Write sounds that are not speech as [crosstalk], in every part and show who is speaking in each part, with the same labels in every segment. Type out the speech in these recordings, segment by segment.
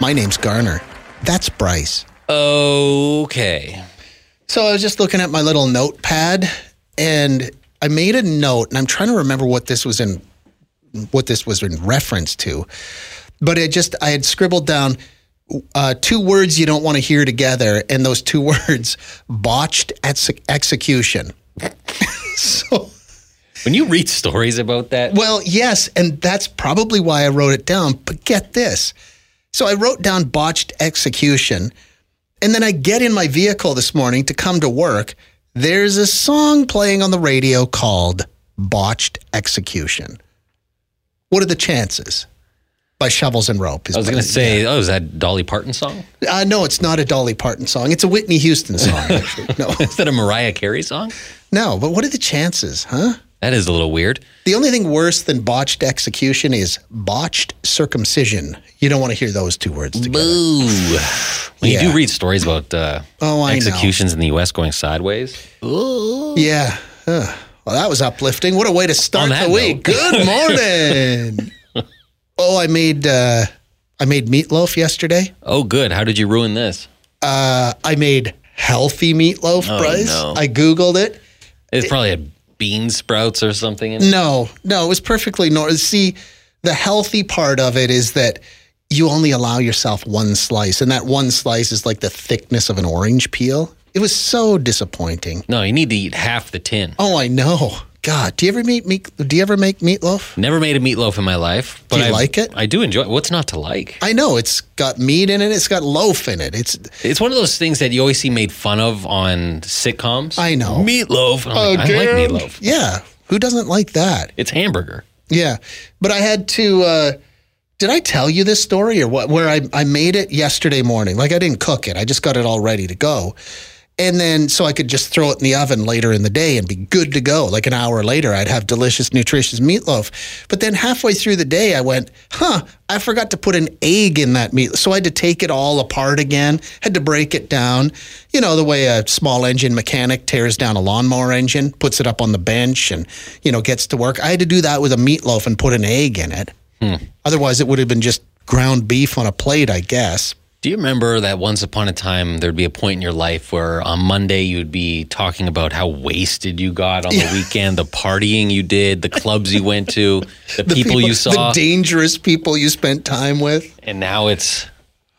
Speaker 1: my name's Garner. That's Bryce.
Speaker 2: Okay.
Speaker 1: So I was just looking at my little notepad and I made a note and I'm trying to remember what this was in what this was in reference to. But it just I had scribbled down uh, two words you don't want to hear together and those two [laughs] words botched ex- execution. so
Speaker 2: When you read stories about that,
Speaker 1: well, yes, and that's probably why I wrote it down. But get this. So I wrote down botched execution, and then I get in my vehicle this morning to come to work. There's a song playing on the radio called Botched Execution. What are the chances? By Shovels and Rope.
Speaker 2: I was going to say, oh, is that Dolly Parton song? [laughs]
Speaker 1: Uh, no, it's not a Dolly Parton song. It's a Whitney Houston song.
Speaker 2: [laughs]
Speaker 1: actually. no,
Speaker 2: Is that a Mariah Carey song?
Speaker 1: no, but what are the chances, huh?
Speaker 2: That is a little weird.
Speaker 1: The only thing worse than botched execution is botched circumcision. You don't want to hear those two words together.
Speaker 2: Boo. When you
Speaker 1: Yeah.
Speaker 2: do read stories about uh,
Speaker 1: Oh, I know.
Speaker 2: executions in the U.S. going sideways,
Speaker 1: Yeah. Ugh. Well, that was uplifting. What a way to start
Speaker 2: On that
Speaker 1: the week.
Speaker 2: note.
Speaker 1: Good
Speaker 2: [laughs]
Speaker 1: morning. oh, I made uh, I made meatloaf yesterday.
Speaker 2: oh, good. How did you ruin this?
Speaker 1: Uh, I made healthy meatloaf,
Speaker 2: Oh,
Speaker 1: Bryce.
Speaker 2: no.
Speaker 1: I googled it.
Speaker 2: It's probably a bean sprouts or something. In it.
Speaker 1: No, no, it was perfectly normal. See, the healthy part of it is that you only allow yourself one slice, and that one slice is like the thickness of an orange peel. It was so disappointing.
Speaker 2: No, you need to eat half the tin.
Speaker 1: Oh, I know. God, do you ever make meat? Do you ever make meatloaf?
Speaker 2: Never made a meatloaf in my life. But
Speaker 1: you
Speaker 2: I
Speaker 1: like it?
Speaker 2: I do enjoy it. What's not to like?
Speaker 1: I know it's got meat in it. It's got loaf in it. It's
Speaker 2: It's one of those things that you always see made fun of on sitcoms.
Speaker 1: I know.
Speaker 2: Meatloaf. And I'm like, I like
Speaker 1: Again?
Speaker 2: meatloaf.
Speaker 1: yeah. Who doesn't like that?
Speaker 2: It's hamburger.
Speaker 1: Yeah, but I had to. Uh, did I tell you this story or what? Where I, I made it yesterday morning. Like I didn't cook it. I just got it all ready to go, and then so I could just throw it in the oven later in the day and be good to go. Like an hour later, I'd have delicious, nutritious meatloaf. But then halfway through the day, I went, "Huh, I forgot to put an egg in that meat." So I had to take it all apart again. Had to break it down. You know the way a small engine mechanic tears down a lawnmower engine, puts it up on the bench, and you know gets to work. I had to do that with a meatloaf and put an egg in it.
Speaker 2: Hmm.
Speaker 1: Otherwise, it would have been just ground beef on a plate, I guess.
Speaker 2: Do you remember that once upon a time there'd be a point in your life where on Monday you'd be talking about how wasted you got on the weekend, the partying you did, the clubs you
Speaker 1: [laughs]
Speaker 2: went to, the, people, you saw,
Speaker 1: the dangerous people you spent time with.
Speaker 2: and now it's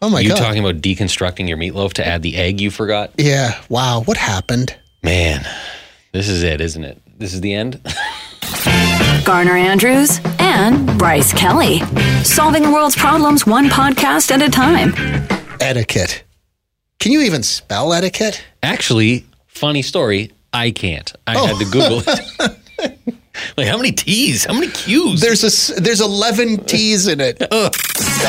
Speaker 1: Oh my
Speaker 2: you
Speaker 1: god!
Speaker 2: talking about deconstructing your meatloaf to add the egg you forgot.
Speaker 1: yeah, wow, what happened?
Speaker 2: Man, this is it, isn't it? This is the end. [laughs]
Speaker 3: Garner Andrews and Bryce Kelly. Solving the world's problems one podcast at a time.
Speaker 1: Etiquette. Can you even spell etiquette?
Speaker 2: Actually, funny story. I can't. I had to
Speaker 1: Oh.
Speaker 2: Google it.
Speaker 1: [laughs]
Speaker 2: like how many T's? How many Q's?
Speaker 1: There's a s- there's eleven T's in it.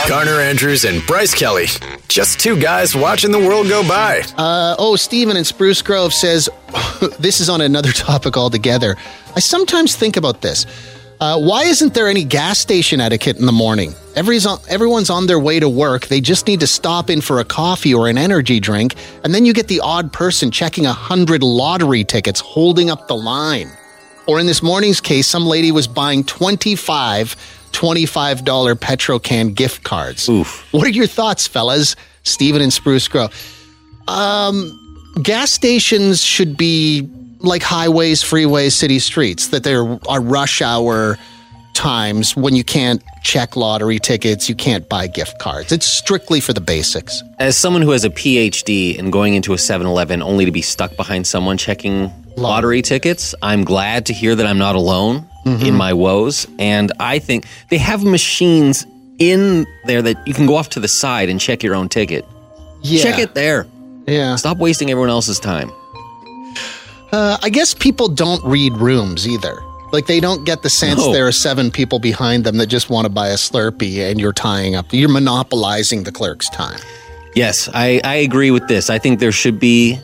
Speaker 4: Garner Andrews and Bryce Kelly. Just two guys watching the world go by.
Speaker 1: Oh, Stephen in Spruce Grove says, [laughs] this is on another [laughs] topic altogether. I sometimes think about this. Uh, why isn't there any gas station etiquette in the morning? Every's on, everyone's on their way to work. They just need to stop in for a coffee or an energy drink, and then you get the odd person checking a hundred lottery tickets, holding up the line. Or in this morning's case, some lady was buying 25 $25 Petrocan gift cards. Oof. What are your thoughts, fellas? Stephen and Spruce Grove gas stations should be like highways, freeways, city streets, that there are rush hour times when you can't check lottery tickets, you can't buy gift cards. It's strictly for the basics.
Speaker 5: As someone who has a PhD in going into a 7 Eleven only to be stuck behind someone checking lottery tickets, I'm glad
Speaker 1: Mm-hmm.
Speaker 5: to hear that I'm not alone in my woes. And I think they have machines in there that you can go off to the side and check your own ticket.
Speaker 1: Yeah.
Speaker 5: Check it there.
Speaker 1: Yeah.
Speaker 5: Stop wasting everyone else's time.
Speaker 1: Uh, I guess people don't read rooms either. Like they don't get the sense
Speaker 5: No.
Speaker 1: there are seven people behind them that just want to buy a Slurpee, and you're tying up. You're monopolizing the clerk's time.
Speaker 5: Yes, I, I agree with this. I think there should be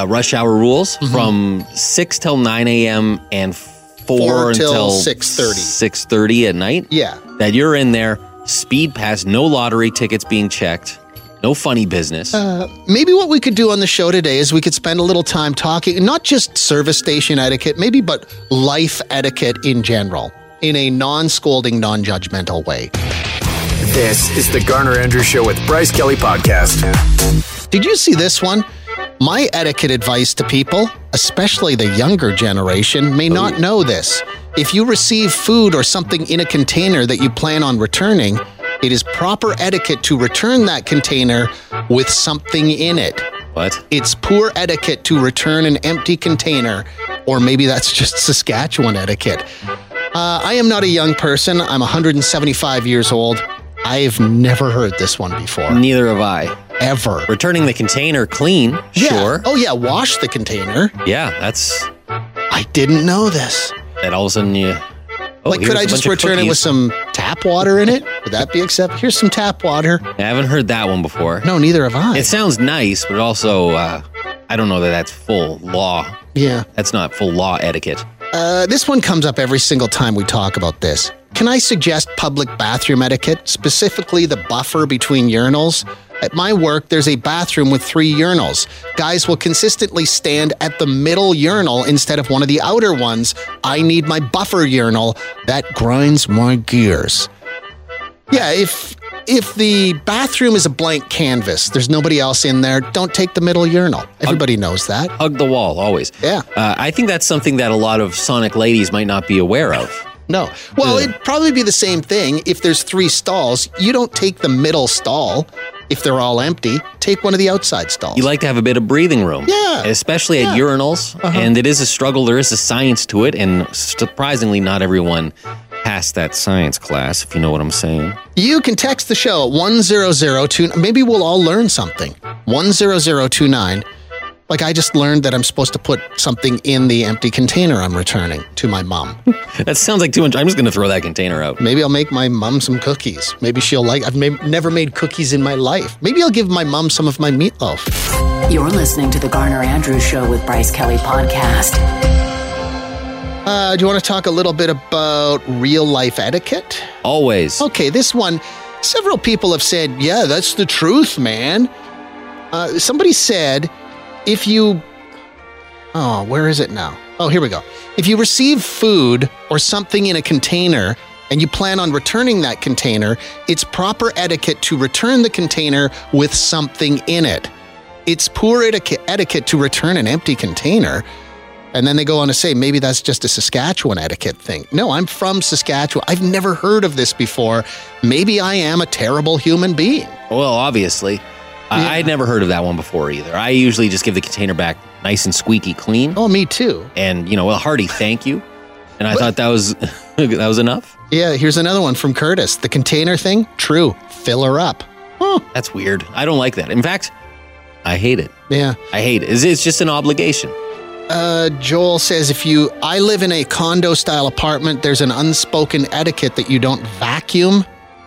Speaker 5: uh rush hour rules
Speaker 1: Mm-hmm.
Speaker 5: from 6 till 9 a.m. and 4,
Speaker 1: Four till
Speaker 5: until
Speaker 1: 6:30.
Speaker 5: 6.30 at night.
Speaker 1: Yeah.
Speaker 5: That you're in there, speed pass, no lottery tickets being checked, no funny business.
Speaker 1: Uh. Maybe what we could do on the show today is we could spend a little time talking, not just service station etiquette, maybe, but life etiquette in general, in a non scolding, non judgmental way.
Speaker 4: This is the Garner Andrews Show with Bryce Kelly Podcast.
Speaker 1: Did you see this one? My etiquette advice to people, especially the younger generation, may not know this. If you receive food or something in a container that you plan on returning, it is proper etiquette to return that container with something in it.
Speaker 5: what?
Speaker 1: It's poor etiquette to return an empty container, or maybe that's just Saskatchewan etiquette. Uh, I am not a young person. I'm 175 years old. I've never heard this one before,
Speaker 5: Neither have I.
Speaker 1: ever.
Speaker 5: Returning the container clean,
Speaker 1: Yeah.
Speaker 5: sure.
Speaker 1: Oh yeah, wash the container.
Speaker 5: Yeah, that's
Speaker 1: I didn't know this.
Speaker 5: that all of a sudden you. Oh,
Speaker 1: like,
Speaker 5: here's
Speaker 1: could I
Speaker 5: a
Speaker 1: just
Speaker 5: bunch of
Speaker 1: return it with
Speaker 5: cookies.
Speaker 1: some tap water in it? Would that be acceptable? Here's some tap water.
Speaker 5: I haven't heard that one before.
Speaker 1: No, neither have I.
Speaker 5: It sounds nice, but also, uh, I don't know that that's full law.
Speaker 1: yeah.
Speaker 5: That's not full law etiquette.
Speaker 1: Uh, this one comes up every single time we talk about this. Can I suggest public bathroom etiquette, specifically the buffer between urinals? At my work, there's a bathroom with three urinals. Guys will consistently stand at the middle urinal instead of one of the outer ones. I need my buffer urinal. That grinds my gears. Yeah, if if the bathroom is a blank canvas, there's nobody else in there, don't take the middle urinal. Everybody knows that.
Speaker 5: Hug the wall, always.
Speaker 1: Yeah.
Speaker 5: Uh, I think that's something that a lot of Sonic ladies might not be aware of.
Speaker 1: No. Well,
Speaker 5: Yeah.
Speaker 1: it'd probably be the same thing if there's three stalls. You don't take the middle stall if they're all empty. Take one of the outside stalls.
Speaker 5: You like to have a bit of breathing room.
Speaker 1: Yeah. Uh-huh.
Speaker 5: Especially at urinals. And it is a struggle. There is a science to it. And surprisingly, not everyone passed that science class, if you know what I'm saying.
Speaker 1: you can text the show at 10029. Maybe we'll all learn something. 10029. Like I just learned that I'm supposed to put something in the empty container I'm returning to my
Speaker 5: [laughs]
Speaker 1: mom.
Speaker 5: That sounds like too much. I'm just going to throw that container out.
Speaker 1: Maybe I'll make my mom some cookies. Maybe she'll like I've ma- never made cookies in my life. Maybe I'll give my mom some of my meatloaf.
Speaker 3: You're listening to the Garner Andrews Show with Bryce Kelly Podcast.
Speaker 1: Uh, do you want to talk a little bit about real life etiquette?
Speaker 5: Always.
Speaker 1: Okay, this one, several people have said, yeah, that's the truth, man. Uh, somebody said, if you. Oh, where is it now? Oh, here we go. If you receive food or something in a container and you plan on returning that container, it's proper etiquette to return the container with something in it. It's poor etiquette, etiquette to return an empty container. And then they go on to say, maybe that's just a Saskatchewan etiquette thing. No, I'm from Saskatchewan. I've never heard of this before. Maybe I am a terrible human being.
Speaker 5: Well, obviously. I I'd never heard of that one before either. I usually just give the container back nice and squeaky clean.
Speaker 1: Oh, me too.
Speaker 5: And, you know, a hearty thank you. And I thought that was [laughs] that was enough.
Speaker 1: Yeah, here's another one from Curtis. The container thing, true. Fill her up.
Speaker 5: That's weird. I don't like that. In fact, I hate it.
Speaker 1: Yeah.
Speaker 5: I hate it. It's, it's just an obligation.
Speaker 1: Uh, Joel says if you, I live in a condo style apartment, there's an unspoken etiquette that you don't vacuum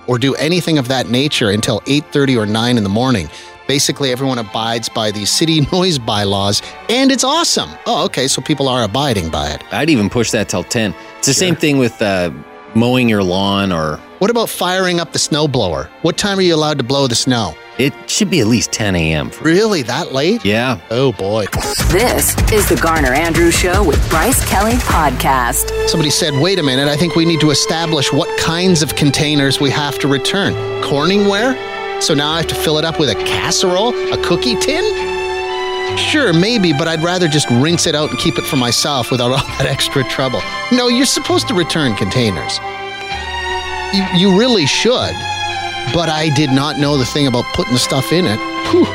Speaker 1: or do anything of that nature until 8.30 or 9 in the morning. Basically, everyone abides by the city [laughs] noise bylaws, and it's awesome. Oh, okay, so people are abiding by it.
Speaker 5: I'd even push that till 10. It's the same thing with uh, mowing your lawn or
Speaker 1: What about firing up the snowblower? What time are you allowed to blow the snow?
Speaker 5: it should be at least 10 a.m. for-
Speaker 1: Really, that late?
Speaker 5: Yeah.
Speaker 1: Oh boy.
Speaker 3: This is the Garner Andrews Show with Bryce Kelly Podcast.
Speaker 1: Somebody said, wait a minute, I think we need to establish what kinds of containers we have to return. Corningware? So now I have to fill it up with a casserole? A cookie tin? Sure, maybe, but I'd rather just rinse it out and keep it for myself without all that extra trouble. No, you're supposed to return containers. You, you really should. But I did not know the thing about putting stuff in it. Whew.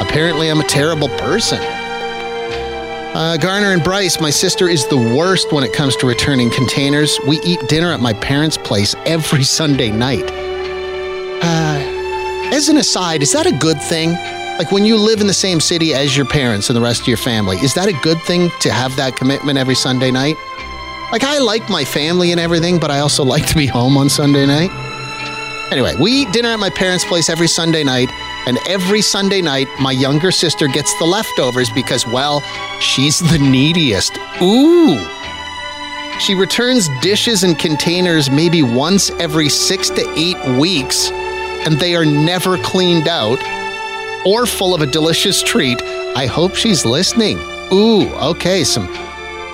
Speaker 1: Apparently, I'm a terrible person. Uh, Garner and Bryce, my sister is the worst when it comes to returning containers. We eat dinner at my parents' place every [laughs] Sunday night. Uh, As an aside, is that a good thing? Like when you live in the same city as your parents and the rest of your family, is that a good thing to have that commitment every Sunday night? Like I like my family and everything, but I also like to be home on Sunday night. Anyway, we eat dinner at my parents' place every Sunday night, and every Sunday night, my younger sister gets the leftovers because, well, she's the neediest. Ooh! She returns dishes and containers maybe once every six to eight weeks, and they are never cleaned out or full of a delicious treat. I hope she's listening. Ooh, okay, some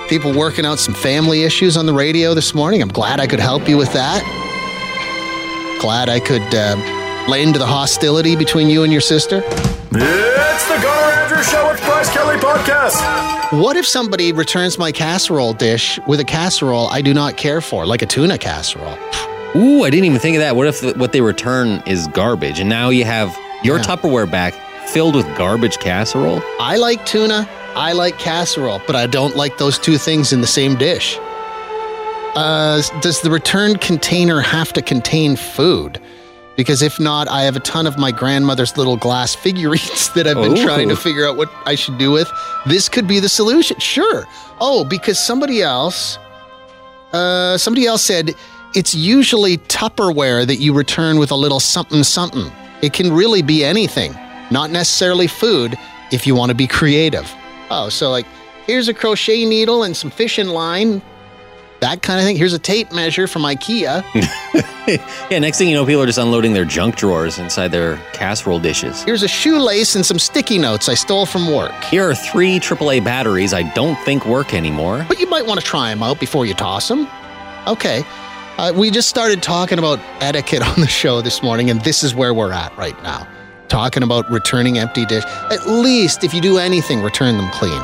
Speaker 1: people working out some family issues on the radio this morning. I'm glad I could help you with that. Glad I could uh, lend to the hostility between you and your sister.
Speaker 4: It's the Garner Andrews Show with Bryce Kelly Podcast.
Speaker 1: What if somebody returns my casserole dish with a casserole I do not care for, like a tuna casserole?
Speaker 5: Ooh, I didn't even think of that. What if the, what they return is garbage, and now you have your
Speaker 1: Yeah.
Speaker 5: Tupperware back filled with garbage casserole?
Speaker 1: I like tuna, I like casserole, but I don't like those two things in the same dish. Uh, does the returned container have to contain food? Because if not, I have a ton of my grandmother's little glass figurines [laughs] that I've been
Speaker 5: Ooh.
Speaker 1: trying to figure out what I should do with. This could be the solution. Sure. Oh, because somebody else, uh, somebody else said it's usually Tupperware that you return with a little something something. It can really be anything, not necessarily food, if you want to be creative. Oh, so like here's a crochet needle and some fishing line, that kind of thing. Here's a tape measure from IKEA.
Speaker 5: Yeah. Next thing you know, people are just unloading their junk drawers inside their casserole dishes.
Speaker 1: Here's a shoelace and some sticky notes I stole from work.
Speaker 5: Here are three AAA batteries I don't think work anymore.
Speaker 1: But you might want to try them out before you toss them. Okay. Uh, we just started talking about etiquette [laughs] on the show this morning, and this is where we're at right now. Talking about returning empty dish. At least if you do anything, return them clean.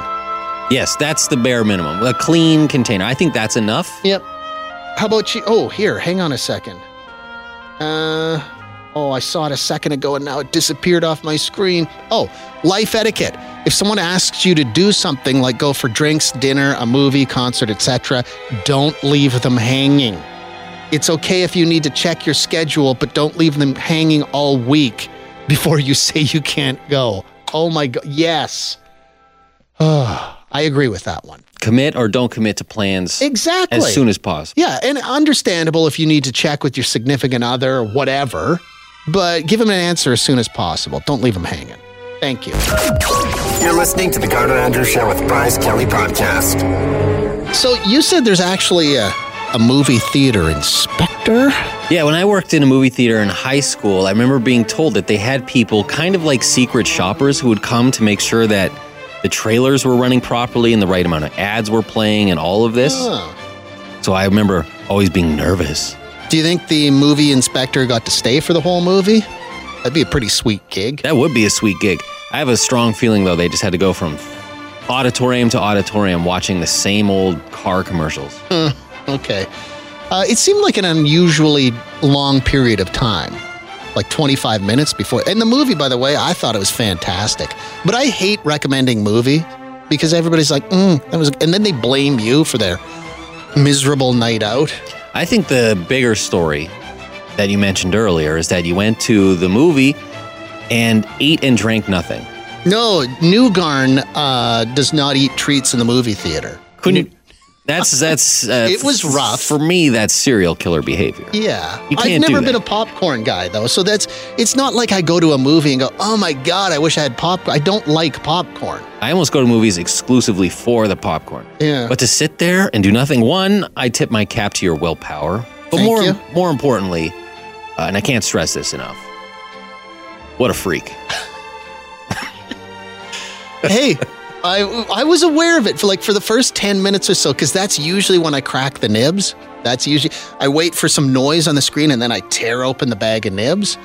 Speaker 5: Yes, that's the bare minimum. A clean container. I think that's enough.
Speaker 1: Yep. How about you? Oh, here, hang on a second. Uh, oh, I saw it a second ago and now it disappeared off my screen. Oh, life etiquette. If someone asks you to do something like go for drinks, dinner, a movie, concert, etc., don't leave them hanging. It's okay if you need to check your schedule, but don't leave them hanging all week [laughs] before you say you can't go. Oh my god, yes. [sighs] I agree with that one.
Speaker 5: Commit or don't commit to plans
Speaker 1: Exactly.
Speaker 5: as soon as possible.
Speaker 1: Yeah, and understandable if you need to check with your significant other or whatever, but give him an answer as soon as possible. Don't leave him hanging. Thank you.
Speaker 4: You're listening to the Garner Andrews Show with Bryce Kelly Podcast.
Speaker 1: So you said there's actually a, a movie theater inspector?
Speaker 5: Yeah, when I worked in a movie theater in high school, I remember being told that they had people kind of like secret shoppers who would come to make sure that the trailers were running properly and the right amount of ads were playing and all of this.
Speaker 1: Huh.
Speaker 5: So I remember always being nervous.
Speaker 1: Do you think the movie inspector got to stay for the whole movie? That'd be a pretty sweet gig.
Speaker 5: That would be a sweet gig. I have a strong feeling though they just had to go from auditorium to auditorium watching the same old car commercials.
Speaker 1: Okay. Uh, it seemed like an unusually long period of time, like 25 minutes before. And the movie, by the way, I thought it was fantastic. But I hate recommending movie because everybody's like, mm, that was, and then they blame you for their miserable night out.
Speaker 5: I think the bigger story that you mentioned earlier is that you went to the movie and ate and drank nothing.
Speaker 1: No, Newgarn uh, does not eat treats in the movie theater.
Speaker 5: Couldn't you? [laughs] That's that's. Uh,
Speaker 1: It was rough.
Speaker 5: for me. That's serial killer behavior.
Speaker 1: Yeah.
Speaker 5: You
Speaker 1: I've
Speaker 5: can't do
Speaker 1: never
Speaker 5: that.
Speaker 1: been a popcorn guy though. So that's it's not like I go to a movie and go, "Oh my god, I wish I had popcorn." I don't like popcorn.
Speaker 5: I almost go to movies exclusively for the popcorn.
Speaker 1: Yeah.
Speaker 5: But to sit there and do nothing, one, I tip my cap to your willpower. But
Speaker 1: Thank
Speaker 5: more
Speaker 1: you.
Speaker 5: more importantly, uh, and I can't stress this enough. What a freak!
Speaker 1: hey I, I was aware of it for like for the first 10 minutes or so because that's usually when i crack the nibs that's usually i wait for some noise on the screen and then i tear open the bag of nibs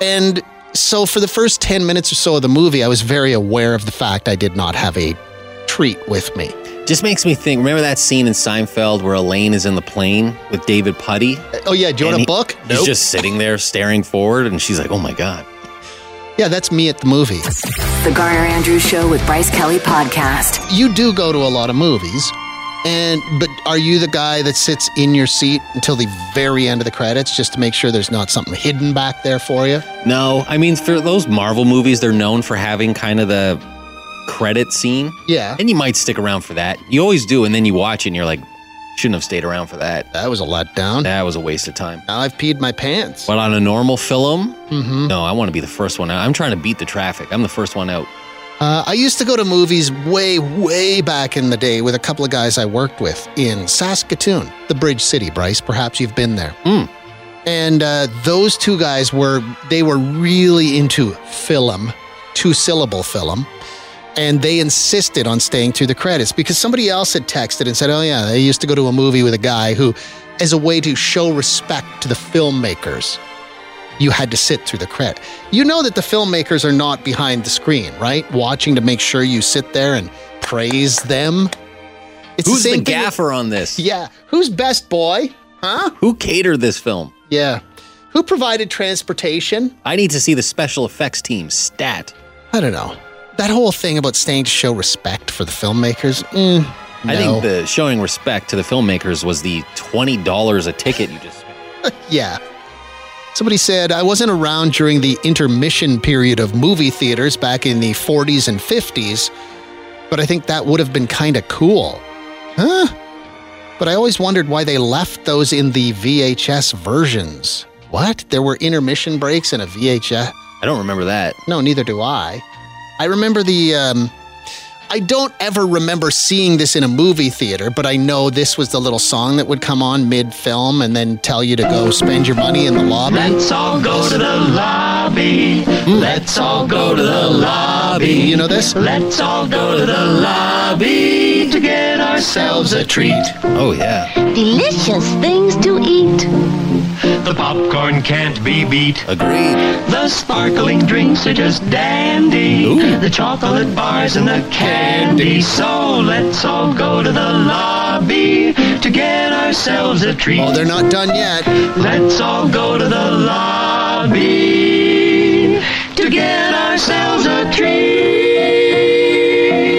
Speaker 1: and so for the first 10 minutes or so of the movie i was very aware of the fact i did not have a treat with me
Speaker 5: Just makes me think. Remember that scene in Seinfeld where Elaine is in the plane with David Putty?
Speaker 1: oh yeah do you want
Speaker 5: And he-
Speaker 1: a book
Speaker 5: He's just sitting there staring forward, and she's like, "Oh my god."
Speaker 1: yeah that's me at the movie
Speaker 3: The Garner Andrews Show with Bryce Kelly Podcast.
Speaker 1: you do go to a lot of movies And but are you the guy that sits in your seat until the very end of the credits just to make sure there's not something hidden back there for you?
Speaker 5: No, I mean for those Marvel movies, they're known for having kind of the credit scene,
Speaker 1: Yeah.
Speaker 5: and you might stick around for that. You always do, and then you watch it and you're like, shouldn't have stayed around for that.
Speaker 1: That was a letdown.
Speaker 5: That was a waste of time.
Speaker 1: Now I've peed my pants.
Speaker 5: But on a normal film,
Speaker 1: Mm-hmm.
Speaker 5: no, I want to be the first one out. I'm trying to beat the traffic. I'm the first one out.
Speaker 1: Uh, I used to go to movies way, way back in the day with a couple of guys I worked with in Saskatoon, the Bridge City, Bryce. Perhaps you've been there.
Speaker 5: Hmm.
Speaker 1: And uh, those two guys were, they were really into film, two syllable film. And they insisted on staying through the credits because somebody else had texted and said, oh, yeah, they used to go to a movie with a guy who, as a way to show respect to the filmmakers, you had to sit through the credit. You know that the filmmakers are not behind the screen, right? Watching to make sure you sit there and praise them. It's
Speaker 5: Who's the,
Speaker 1: same thing-
Speaker 5: gaffer on
Speaker 1: [laughs]
Speaker 5: this?
Speaker 1: Yeah. Who's best boy? Huh?
Speaker 5: Who catered this film?
Speaker 1: Yeah. Who provided transportation?
Speaker 5: I need to see the special effects team stat.
Speaker 1: I don't know. That whole thing about staying to show respect for the filmmakers. Mm,
Speaker 5: I
Speaker 1: no.
Speaker 5: think the showing respect to the filmmakers was the twenty dollars a ticket you just spent.
Speaker 1: Yeah. Somebody said, I wasn't around during the intermission period of movie theaters back in the 40s and 50s, but I think that would have been kind of cool. Huh? But I always wondered why they left those in the VHS versions. What? There were intermission breaks in a VHS?
Speaker 5: I don't remember that.
Speaker 1: No, neither do I. I remember the. Um, I don't ever remember seeing this in a movie theater, but I know this was the little song that would come on mid film and then tell you to go spend your money in the lobby. Let's all go to the lobby. Let's all go to the lobby. You know this?
Speaker 5: Oh yeah,
Speaker 6: Delicious things to eat.
Speaker 7: The popcorn can't be beat.
Speaker 5: agreed.
Speaker 7: The sparkling drinks are just dandy. The chocolate bars and the candy. So let's all go to the lobby to get ourselves a treat.
Speaker 1: Oh, they're not done yet.
Speaker 7: Let's all go to the lobby to get ourselves a treat.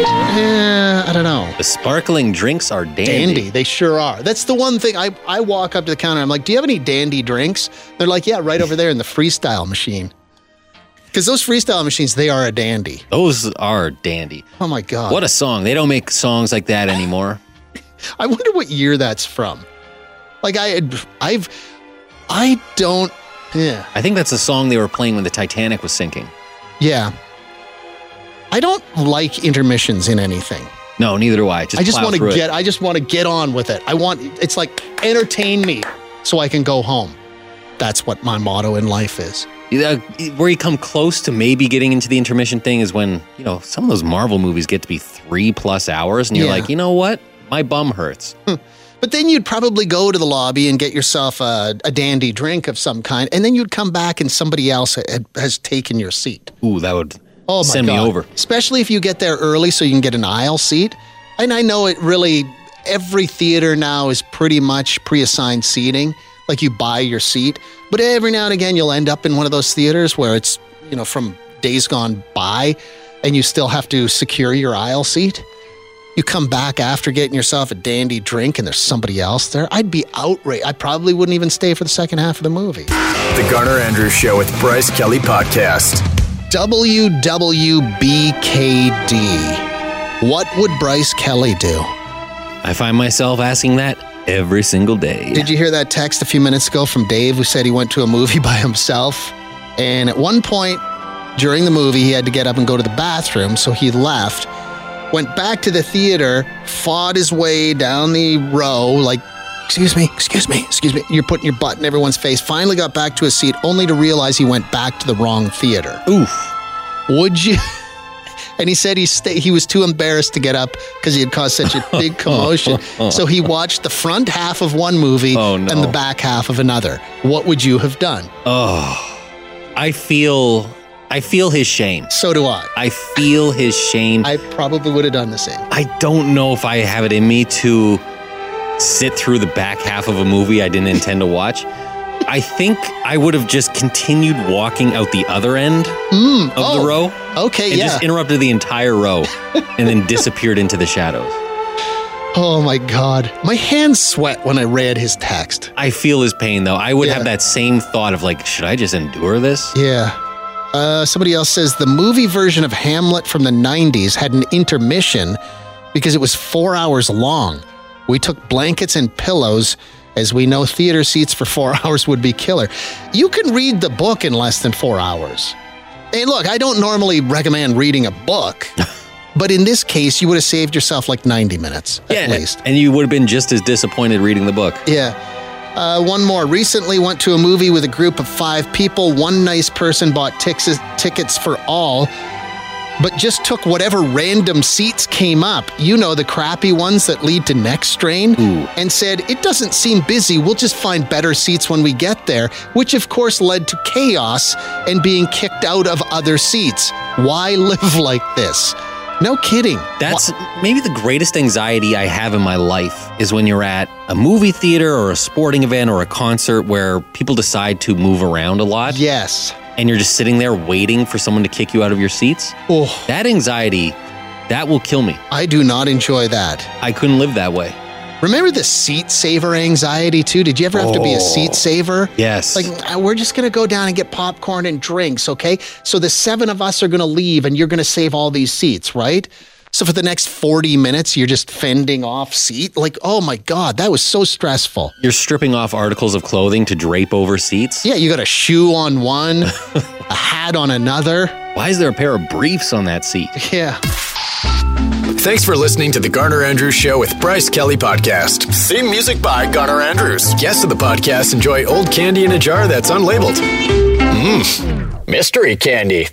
Speaker 1: Eh, I don't know.
Speaker 5: The sparkling drinks are dandy.
Speaker 1: Dandy, they sure are. That's the one thing I, I walk up to the counter. I'm like, Do you have any dandy drinks? They're like, Yeah, right over there in the freestyle machine. Because those freestyle machines, they are a dandy.
Speaker 5: Those are dandy.
Speaker 1: Oh my god!
Speaker 5: What a song! They don't make songs like that anymore.
Speaker 1: I wonder what year that's from. Like I, I've, I don't. Yeah,
Speaker 5: I think that's the song they were playing when the Titanic was sinking.
Speaker 1: yeah. I don't like intermissions in anything.
Speaker 5: No, neither do I. Just
Speaker 1: I just
Speaker 5: plow
Speaker 1: want to
Speaker 5: through it.
Speaker 1: get. I just want to get on with it. I want. It's like entertain me, so I can go home. That's what my motto in life is.
Speaker 5: Yeah, where you come close to maybe getting into the intermission thing is when you know some of those Marvel movies get to be three plus hours, and you're
Speaker 1: Yeah.
Speaker 5: like, you know what, my bum hurts.
Speaker 1: But then you'd probably go to the lobby and get yourself a, a dandy drink of some kind, and then you'd come back and somebody else had, has taken your seat.
Speaker 5: Ooh, that would
Speaker 1: Oh my
Speaker 5: send
Speaker 1: God.
Speaker 5: me over.
Speaker 1: Especially if you get there early so you can get an aisle seat. And I know it really every theater now is pretty much pre-assigned seating. Like you buy your seat, but every now and again you'll end up in one of those theaters where it's, you know, from days gone by and you still have to secure your aisle seat. You come back after getting yourself a dandy drink and there's somebody else there. I'd be outraged. I probably wouldn't even stay for the second half of the movie.
Speaker 4: The Garner Andrews Show with Bryce Kelly Podcast.
Speaker 1: WWBKD. What would Bryce Kelly do?
Speaker 5: I find myself asking that every single day.
Speaker 1: Did you hear that text a few minutes ago from Dave who said he went to a movie [laughs] by himself? And at one point during the movie, he had to get up and go to the bathroom, so he left, went back to the theater, fought his way down the row, like, excuse me, excuse me, excuse me. You're putting your butt in everyone's face. Finally got back to his seat, only to realize he went back to the wrong theater.
Speaker 5: Oof.
Speaker 1: would you? [laughs] And he said he sta he was too embarrassed to get up because he had caused such a
Speaker 5: [laughs]
Speaker 1: big
Speaker 5: Oh.
Speaker 1: commotion. so he watched the front half of one movie
Speaker 5: Oh, no.
Speaker 1: and the back half of another. What would you have done?
Speaker 5: Oh, I feel, I feel his shame.
Speaker 1: So do I.
Speaker 5: I feel his shame.
Speaker 1: I probably would have done the same.
Speaker 5: I don't know if I have it in me to sit through the back half of a movie I didn't intend to watch. I think I would have just continued walking out the other end of
Speaker 1: oh,
Speaker 5: the row and
Speaker 1: Okay, yeah. [laughs]
Speaker 5: just interrupted the entire row and then disappeared into the shadows.
Speaker 1: Oh my God. My hands sweat when I read his text.
Speaker 5: I feel his pain though. I would
Speaker 1: Yeah.
Speaker 5: have that same thought of like, should I just endure this?
Speaker 1: Yeah. Uh, somebody else says the movie version of Hamlet from the 90s had an intermission because it was four hours long. We took blankets and pillows. As we know, theater seats for four [laughs] hours would be killer. You can read the book in less than four hours. And look, I don't normally recommend reading a book, but in this case, you would have saved yourself like 90 minutes at least.
Speaker 5: And you would have been just as disappointed reading the book.
Speaker 1: Yeah. Uh, one more. Recently went to a movie with a group of five people. One nice person bought tix- tickets for all, but just took whatever random seats came up. You know, the crappy ones that lead to neck strain. And said, it doesn't seem busy. We'll just find better seats when we get there, which of course led to chaos and being kicked out of other seats. Why live [laughs] like this? No kidding.
Speaker 5: That's maybe the greatest anxiety I have in my life is when you're at a movie theater or a sporting event or a concert where people decide to move around a lot
Speaker 1: Yes.
Speaker 5: and you're just sitting there waiting for someone to kick you out of your seats.
Speaker 1: Oh,
Speaker 5: That anxiety, that will kill me.
Speaker 1: I do not enjoy that.
Speaker 5: I couldn't live that way.
Speaker 1: Remember the seat saver anxiety too? Did you ever have to be a seat saver?
Speaker 5: Yes.
Speaker 1: Like uh, we're just gonna go down and get popcorn and drinks, okay? So the seven of us are gonna leave, and you're gonna save all these seats, right? So for the next forty minutes, you're just fending off seat. Like, oh my god, that was so stressful.
Speaker 5: You're stripping off articles of clothing to drape over seats.
Speaker 1: Yeah, you got a shoe on one, a hat on another.
Speaker 5: Why is there a pair of briefs on that seat?
Speaker 1: Yeah.
Speaker 4: Thanks for listening to the Garner Andrews Show with Bryce Kelly Podcast. Theme music by Garner Andrews. Guests of the podcast enjoy old candy in a jar that's unlabeled. Mmm, mystery candy.